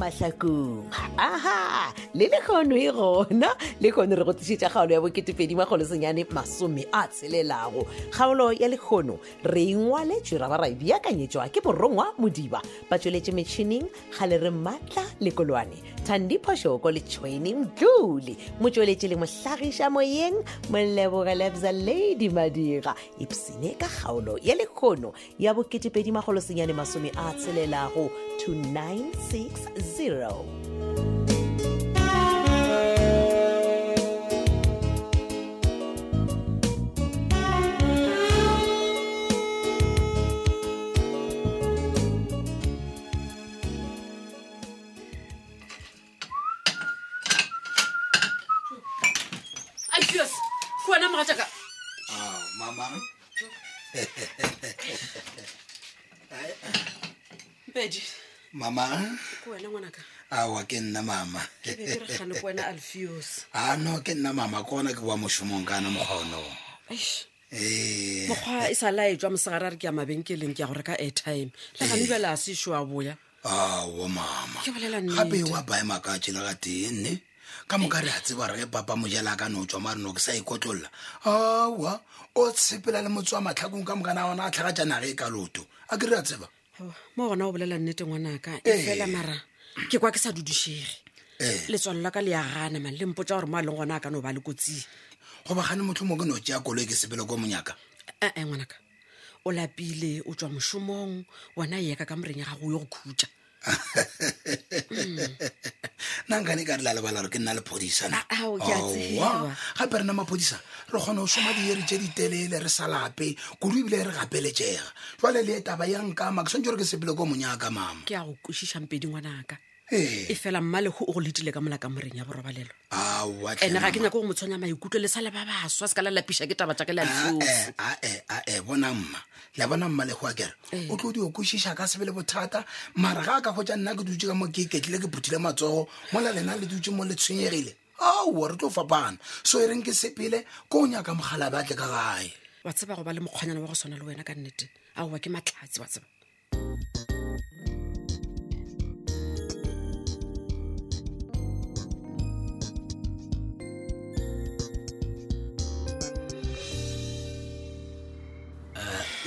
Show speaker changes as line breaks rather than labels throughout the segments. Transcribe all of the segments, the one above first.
mahlakong aha le le kgono e gona le kgono re go tlišitša kgaolo ya bo2edimagolosenyane masome a tshelelago kgaolo ya lekgono re engwaletšwe ra ba ra e beakanyetšwa ke borongwa modiba ba tsweletše metšhineng ga le re maatla lekolwane thandiphošoko le tšhweni mdlole motsweletše le mohlagiša moyeng moleboga lebza lady madira epsene ka kgaolo ya lekgono ya bo2edimagolosenyane masome a tshelelago 2960
ipios ke wena mogataka
Ah, mamang
mpedi
mamang
ke wena ngwanaka
awa ke nna mama
ke be ke re kgane ke wena alfios
a no ke nna mama kona ke boa mošomong kana mokgono
Eish,
ee
mokgwa e sa laetswa mosegare a re ke ya mabenkeleng ke ya go reka airtime le gane bjale a sešo a boya
awo ah, mama
Ke bolela nnete.
gape wa baema ka tsela ka tee nne ka moka re a tseba re ge papa mojela a ka no tswa mareno ke sa ikotlolola awa o tshepela le motswa matlhakong ka mokana ona a tlhaga tja nage e ka loto a ke re a tseba
Ao, mo gona o bolela nnete ngwanaka e
Eh.
fela mara ke kwa ke sa dudušege
ee
letswalo la ka le ya gana man le mpotsa gore mo a leng gona a ka no ba le kotsing
goba gane motlho mo ke no tšea koloi ke sepela ko monyaka
ee Eh, ngwanaka o lapile o tswa mošomong wena e yaka ka moreng ya gago o yo go khutša
nna nkane ka re la lebala gore ke nna lephodisa na.
A- ao, Ah, ke a
Aowa.
tseba.
gape re na maphodisa re kgona go soma diere tse ditelele re sa lape kudu ebile re gapeletsega jwale le e taba ya nkama ke swantse gore ke sepele ko monyaka mama
ke ya go kwešiša mpedi ngwanaka e
ee
fela mmalego o go letile ka mola ka moreng ya borobalelo
aowa tle
ande ga ke
mama.
nyako go mo tshwanya maikutlo le sa le ba baswa se ka la lapiša ke taba tsaka le alfosi
ae ae ae bona mma la bona mma legoa kere o tlo di o kwešiša ka sebele bothata mara ga a ka gotsa nna ke dutse ka mo ke iketlile ke phuthile matsogo mola lena le dutse mo le tshwenyegile aowa re tlo fapana so e reng ke sepele ko o nyaka mogala batle ka gae
wa tseba go ba le mokgwanyana wa go tshwana le wena ka nnete aowa ke matlhatsi wa tseba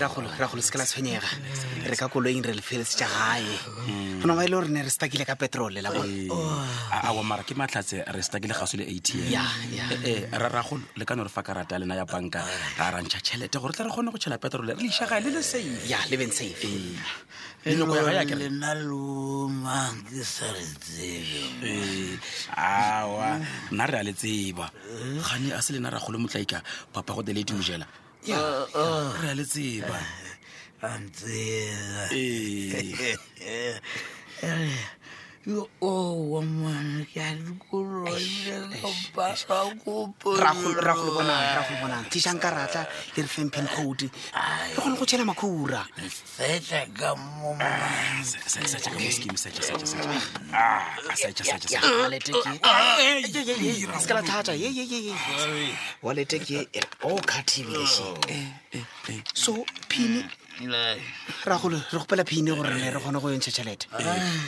ragolo se ke la tshwenyega re ka koloing re lefelese ja gae go nangwa e le gore ne re stakile ka petrole la bone
awa mara ke matlhatse re stakile gaso le atm
oh. Ya, ya. Oh.
ee raragolo e, le ka no re fa karata ya lena ya banka ra rantšha tšhelete gore tle re kgone go tšhela petrole re le išagae le le safe
ya leben safe
eh,
lenyoko ya ga ya kere
lena lomang ke sa re tsebe
aa nna re a le tseba gane a se lena ragolo motlaika papa go deledi mojela
Eh,
Ya, re a le tseba
antsena
ee Eh.
Eh, yo owa mane ke a
ragolo
dikoloeakopa
bonang ragolo bonang thišang karatla e re feng pen code re kgone go tšhela makhura
feta ka
Ah,
Eh, momane
se ka la thata waleteke o kgathibilese Eh, so phine ragolo re gopela phine gore ne re kgone go yontšha tšhelete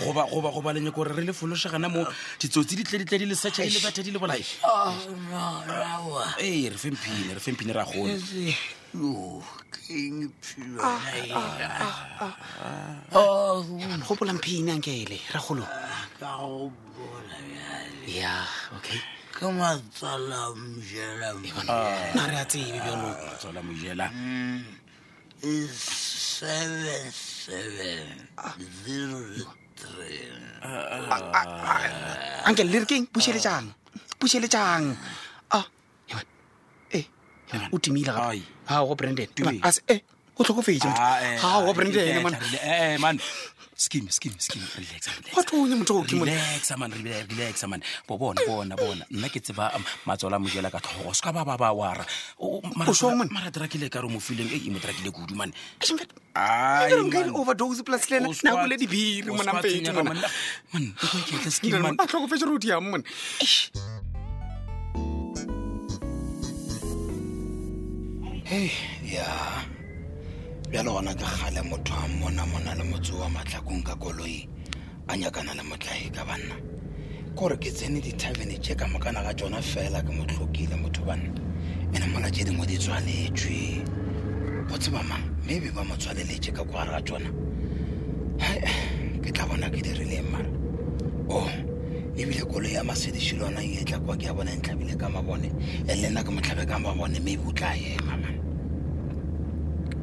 goba lenyako gore re le folosegana mo ditsotsi di tle di tle di le search-a di le bathe di le bolae
Oh, rawa
ee re femphine re femphine ra gone
yo keng philona
gopolang phine ankele ragolo
ka go bona bjale
ya okay
ke matsala mjela
na re a tsebe bjalo
tswala mojela
is seven seven zero three
anke le re keng pušeletsang pušeletsang a Eman, e
Eman.
o timile
Ai.
gao branden
Timile.
e o tlhokofetse
Ah, eh,
gao branden man
man Eh, skim skim skim relax
wa tonya motho o ke mone
relaxa man re- relaxa man bo bona bona bona nna ke tseba um, matswalo a mojela ka tlhogo se ka ba ba ba wara O- o- mara-
O swang, man?
mara drakile ka re o mo fileng e e mo drakile kudu mane Ai,
ere
man.
overdose plus lena
O
nako le
swat-
dibiri
o
monang pete
swatsenya ka
mona
monna. Man, ke kwa ke etla skim,
Nna,
man.
a tlhokofetse re o diang mone
ya bjalo gona ka gale motho a mmona mona le motse wa matlhakong ka koloi a nyakana le motlae ka banna ke gore ke tsene dithavene tše ka mokana ga tsona fela ke motlhokile motho banna ene mola tše dingwe di tswaletšwe go tseba mang maybe ba mo tswaleletše ka kware ga tsona Hai, ke tla bona ke dirileng mara o ebile koloi ya masedišile ona e tla kwa ke ya bona e ntlhabile ka mabone and le nna ke motlhabe ka mabone maybe o tla ema mane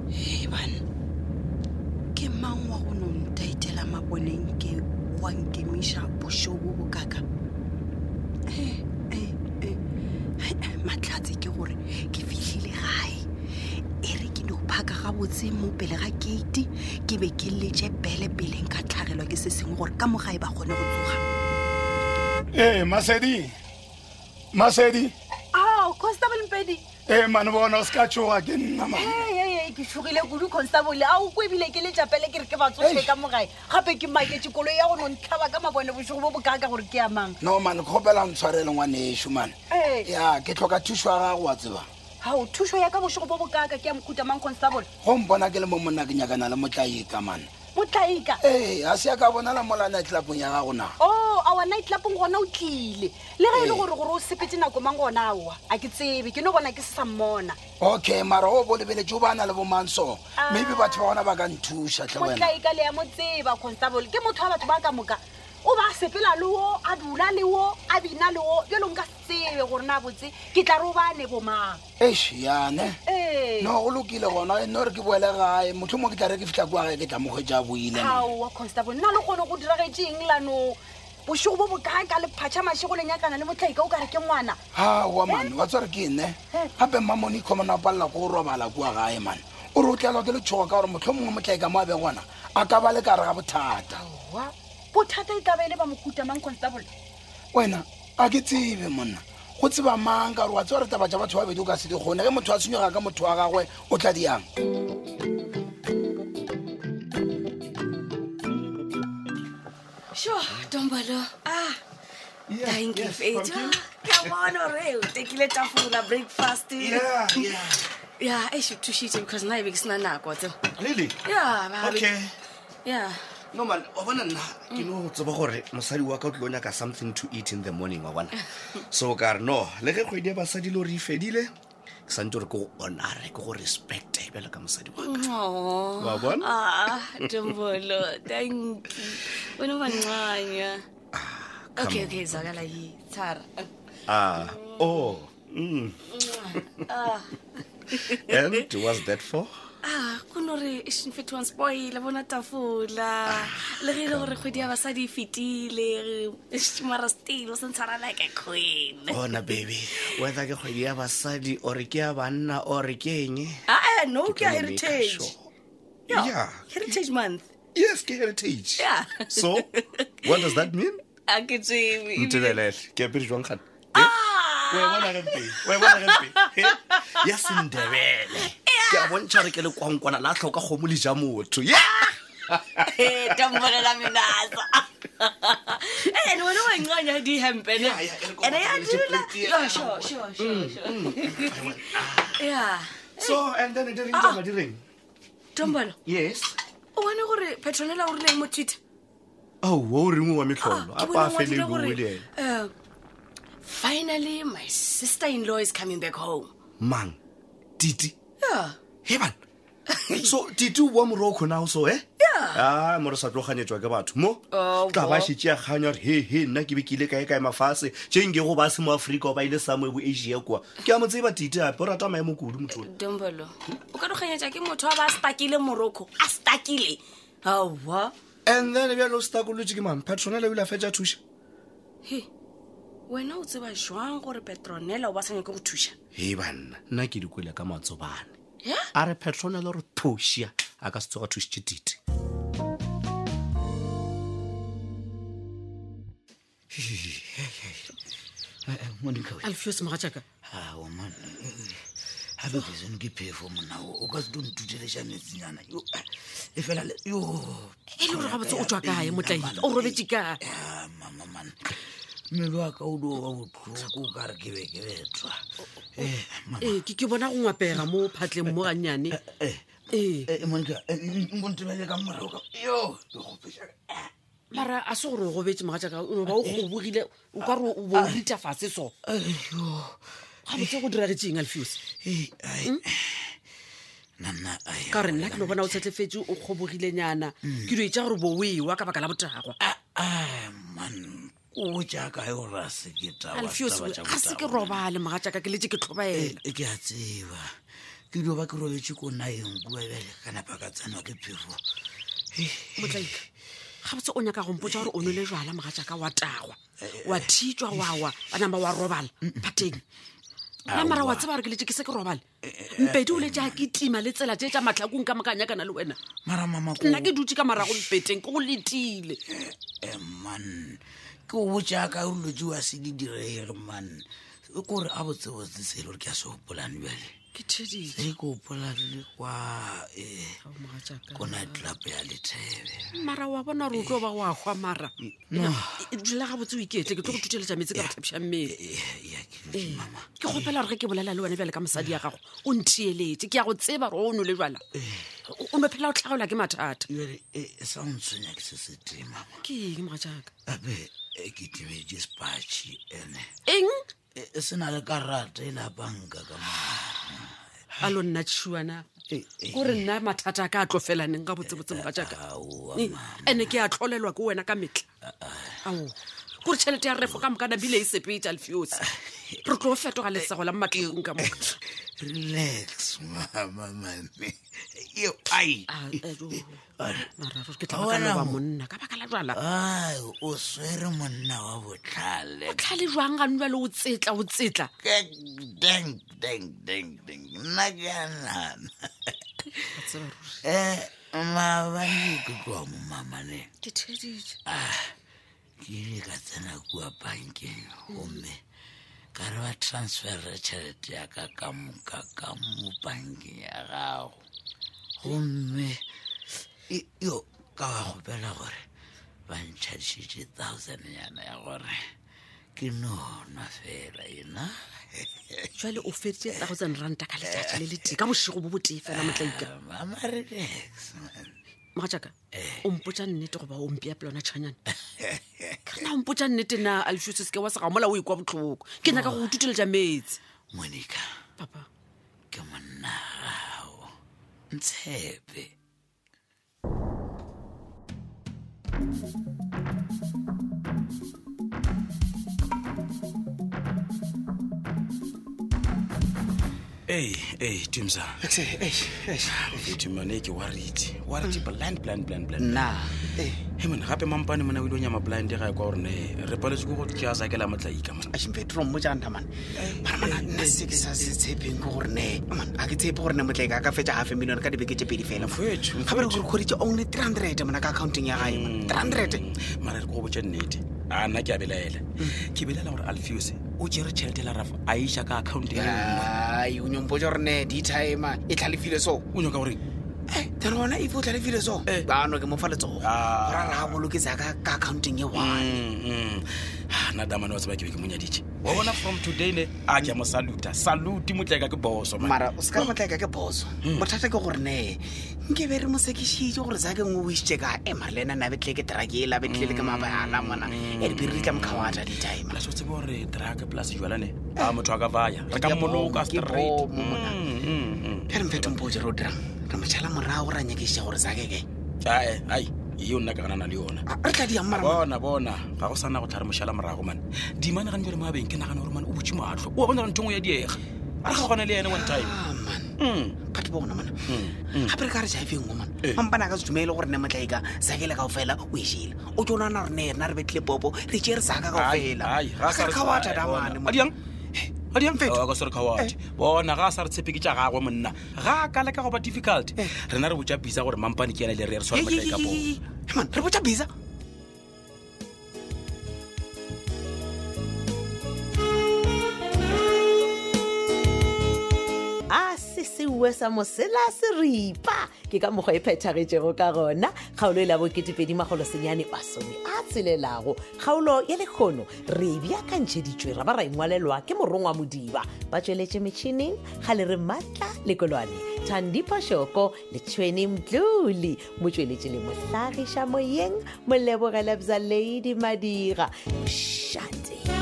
ebane ke mang wa go no ntaitela maboneng ke wa nkemiša bošo bo bokaka Eh, eh, eh. Hai, eh, mahlatse ke gore ke fitlhile gae e re ke no phaka gabotse mo pele ga keite ke be ke letse bele peleng ka tlhagelwa ke se sengwe gore ka mo gae ba kgone go tsoga
ee Eh, masedi masedi
ao constable mpedi
ee mane bona o se ka tsoga ke nna ma
ee ke tshogile kudu constable a o ko ebile ke letsapele ke re ke batsofe ka mogae gape ke maketse koloi ya go no ntlhaba ka mabone bošogo bo bokaka gore ke amang
no mane ke gopela ntshwarele ngwanešo mane
ee
ya ke tlhoka thuso ya gago wa tsebang
gao thuso ya ka bošogo bo bokaka ke a mokhutamang constable
go mpona ke le mo monna ke nyakana le motlaika mane
botlaika
ee ga se ya ka bonala molana tlelapong ya gago na
o a wa Oh, night lapong gona o tlile le ge e le
Ee.
gore gore o sepetse nako mang gona aowa a ke tsebe ke no bona ke se sa mmona
okay mara o bo lebeletse o ba na le bomanso
Ah.
maybe batho ba bona ba ka nthusa tle wena
motlaika le ya mo tseba constable ke motho wa batho ba ka moka o ba sepela le o a dula le o a bina le o jalo nka se tsebe gore na botse ke tla re o bane bomang
eish yane
ee
Eh. no go lokile gona no re ke boele gae motho mo ke tla re ke fitlha kwa gae ke tla mo kgwetsa boile man.
aowa constable nna le kgone go diragetseng lano bošego bo bokaka le phatšha mašego lenyakana le motlaika o ka re ke ngwana
aowa mane wa tsware ke ne gape mmamone ikhomana o palela ko o robala kua gae mane o re o tlelwa ke letshogo ka gore motlho mongwe motlaika mo a be gona a ka ba le kare ga bothata
wa bothata e tlabe e le ba mokhutamang constable
wena a ke tsebe monna go tseba mang ka gore wa tsewa re taba tsa batho ba bedi o ka se di kgone ge motho a tshwenyega ka motho wa gagwe o tla diang
sure tombalo ah thank you fate Ah, come on ore o tekile tafola breakfast ya e se thušitše because nna e be ke sena nako wa tseba
lele
ya babe-
okay
ya
noman wa bona nna ke no go tseba gore mosadi wa ka o tlilo nyaka something to eat in the morning wa bona so o ka re no le ge kgwedi ya basadi le gore e fedile ke sante gore ke go honore ke go respecte bjalo ka mosadi wa ka
Oh.
Wa bona?
Ah, tombolo thank you wena o bancanya
Ah, come
okay
on.
okay zakala yi thara
ah oh mm. and was that for
ah kunore eshinfethu wanspoile bona tafula le ge e le
Ah.
gore kgwedi ya basadi e fetile eish, mara still o sentshwara like a queen
ona Oh, baby whether ke kgwedi ya basadi ore ke ya banna ore ke eng
aa Ah, eh, no ke ya
tlo make
heritage
sure.
Yeah,
Yeah.
heritage month
yes ke heritage
Yeah.
so what does that mean
a ke tsebe
ntelelele ke apere jwang gane
Ah!
ya sendebele ke a bontšha gore ke le kwankwana la tlhoka kgomo le ja motho ya
Eh, tambolela menasa ene wena wa incanya dihempene
Yeah, yeah, eloko
ene ya
bakgomotse plate ye.
dula Sure, sure, sure, sure. Yeah.
so Mm, and then e direng
Ah.
tama direng
tombolo
yes
o bone gore petronela o rileng mo twitter
aowa Oh, o reng wa
Ah,
metlholo
ke
apa a
bone ngwadile
felebue le ene
gore, uh, finally my sister in law is coming back home
mang titi
yeah
heban so titi o bua moro o kgonao so e a more sa tloganyetswa ke batho mo
Oh,
tla ba
bo.
šhetse ya kganya gore he he nna ke be ke ile kae kae mafase jenge go ba se mo aforika o ba ile samoe bo asia kwa ke a mo tseba titi ape o rata maemo kudu motho
dombolo o ka doganyetsa ke motho a ba a stakile morocco a stakile aowa
and then bjalo stakolotse ke mang petronele o ile a fetša thuša
he wena o tseba jwang gore petronela o ba sanya ke go thuša
he banna nna ke dikwele ka matsobane
ya
a re petronele re thušia a ka se tsoga thušitše tite
Eh, monica
alfios mogatšaka
ao man gape ke sone ke phefo monao o ka se tlo ntuteleša metsinyana Yo, ah, e fela le- yo,
e le gore ga botse o tswa kae
Ya,
motlaile
man.
o robetse kae
Ya, mama man mmele wa ka o di oba botlhoko o kare ke be ke betwa Eh, ma-
ee ke ke bona go ngwapega mo phatleng mo gannyane
eh,
ee
monika eh, nkontebele ka morago ka yo ke gopešaka
mara a se gore o gobetse mogatšaka o ba o
Eh,
kgobogile o ka re o bo
Ah.
o rita fatshe so gabotse go diragetseng alfios
nanna ai,
Hmm?
Hmm.
ka gore nna ke no bona o tshetlefetse o kgobogilenyana ke dio tša gore bo o ewa ka baka la botagwa
ai, man o jaaka yo ra seketaga
alfios ga se ke robale mogatšaka ke letse ke tlhobaela
Eh, ke a tseba ke dio ba ke robetse ko naeng kua bele ka napa ka tsenwa ke phefo eh,
motlaika gabotse o nyaka gompotsa gore o nole jala mogatšaka wa tagwa
Eh,
wa thitswa wa wa wa namba wa robala
Mm,
pateng na mara wa tseba gore ke letse ke se ke robale
Eh,
mpedi o letse a ke tima le tsela tse tša matlhakong ka moka nyakana le wena
mara mama
nna ke dutse ka morago mpeteng ke go letile
eh, man ke o jaaka o lotse wa se di direge man kore a botsebotse tsele gore ke a se gopolang bjale
ke thedile
se ke opolale kwa eh,
mogatšaka
ko night club ya lethebe
mara wa bona gore o tlo ba wa gwa mara e dula ga botse o iketle ke tlo go thuteletsa metsi ka botlhapiša mmele Eh,
mama
ke kgopela gore ge ke bolela le wena bjale ka mosadi ya gago o ntheeletse ke ya go tseba gore o no le jala o no phela o tlhagelwa ke mathata
jale eh, e sa o ntshwenya ke se se teng mama
ke eng mogatšaka
ape eh, ke timetse spatšhe ande
eng
eh, se na le karata e lapanka ka
a lo nna tšhiwana kore nna mathata a ka a tlofelaneng ka botsebotse mogatšaka
maao
ande Eh, ke a tlholelwa ke wena ka metlha ao kore tšhelete ya refo ka mokana bile e sepete alfiose re tlo o fetoga lesego la mmatlhakong ka moka
relax mama mane yo ai
Ah, eh, jo.
Ara.
Mara, re- ke tlhabakaloba monna ka baka la jala
ai o swere monna wa botlhale
tlhale jwang ga nwa le o tsetla o tsetla
Ka- dang dang dang dang nna ke a nana um maabane ke tloa mo mamaneng
ke thedite
Ah,
ke ile ka tsena kua bankeng gomme ka re ba transfere tšhelete ya ka ka moka ka mo bankeng ya gago gomme e- yo ka wa kgopela gore ba ntšhadišitše thousand yana ya gore ke nona fela ena
jale o feditse thousand ranta ka letšatši le letee ka bošego bo botee fela motlaika
Eh, mama Eh. relax man.
mogatšaka o mpotsa nnete goba o mpea pelona tšhanyana ka rena o mpotsa nnete na alfiose seke wa sega mola o ekwa botlhoko ke nyaka go o tuteletša metsi
monica
papa
ke monna gago ntshepe
ee ee timsa fete mane ke warete warete
Hmm.
blind blind blind blind
nna
he mone gape mampane mona o ile o nyama blind ga e kwa gorene re paletse ko go ke a sakela motlaika mona
ampetrom mo jaantamane maramana nna se ke sa se tshepeng ke gorene man a ke tshepe gorene motlaeka a ka fetsa half a million ka dibeke tse pedi fela
Mfethu,
ga bere gore kgoditse only three hundred mona ka accounting ya gae man. three hundred
mara re ko go botsa nnete a nna ke a belaela
Hmm.
ke belela gore alfeuse o jere tšhelete la rafa a iša ka accounteng e
Ah.
nngwe
ai o nyompotsa gorene ditime e tlhalefile so
o nyaka goreng
Eh, then gona efe o tlhalefile so ano ke mofa letsogo
Ah.
gora re ga boloketsa ka ka accounting ye one
Mm, nna damane wa tseba ke be ke monyaditše wa bona from today ne a ke a mo saluta salute motlaeka ke boso man.
mara Hmm. o se ka re motlaeka ke boso bothata ke gorene nke be re mosekišitše gore sa ke ngwe o isitše ka emare le ena ne a betlile ke e traki ele a betlile le ke mabala mona e dipere di tla mokgawata ditime
plus o tsebe gore draka plus jalane a motho a ka baya re ka moloka
Ke
straight Mm,
bomo mona. ge re mfete mpotse re o dirang re motšhala morago re a nyakiša gore sa keke
ae ai eo nna ka ganana le yona
re tla diang mara
bona bona ga go sana go tlhare mošala morago mane dimane gane jale mo abeng ke nagana gore mane o botse matlho o a bona gore ntho ngwe ya diega a re gagane le ene one time
Ah,
Mm.
kate bona mona gape re ka re jaefeng o mona mampane a ka se dumele gore ne motlaika sakele kao fela o ešile o ke o nagana gore ne rena re betlile popo re tšee re saka kao fela a ka re kgawata damane monna. Eh. Mfethu.
adiangadiangfetoasorekaate bona ga a sa re tshepeke tša gagwe monna ga a ka leka goba difficult rena re botsa bisa gore mampane ke ena le re re
Eh. Ye, ye, ye,
tshware matlae ka
ye,
boo
ye. Hey, man, re botsa bisa
a se seue sa mosela seripa ke ka mokgwa e phethagetšego ka gona kgaolo e la bo2edimagolosenyane masome a tselelago kgaolo ya lekgono re e beakantšheditšwe ra e ba ra engwalelwa ke morongwa modiba ba tsweletše metšhineng ga le re maatla lekolwane
thandipho shoko le tšhweni mdluli motsweletše le mohlagiša moyeng molebogela bza ladi madira mošate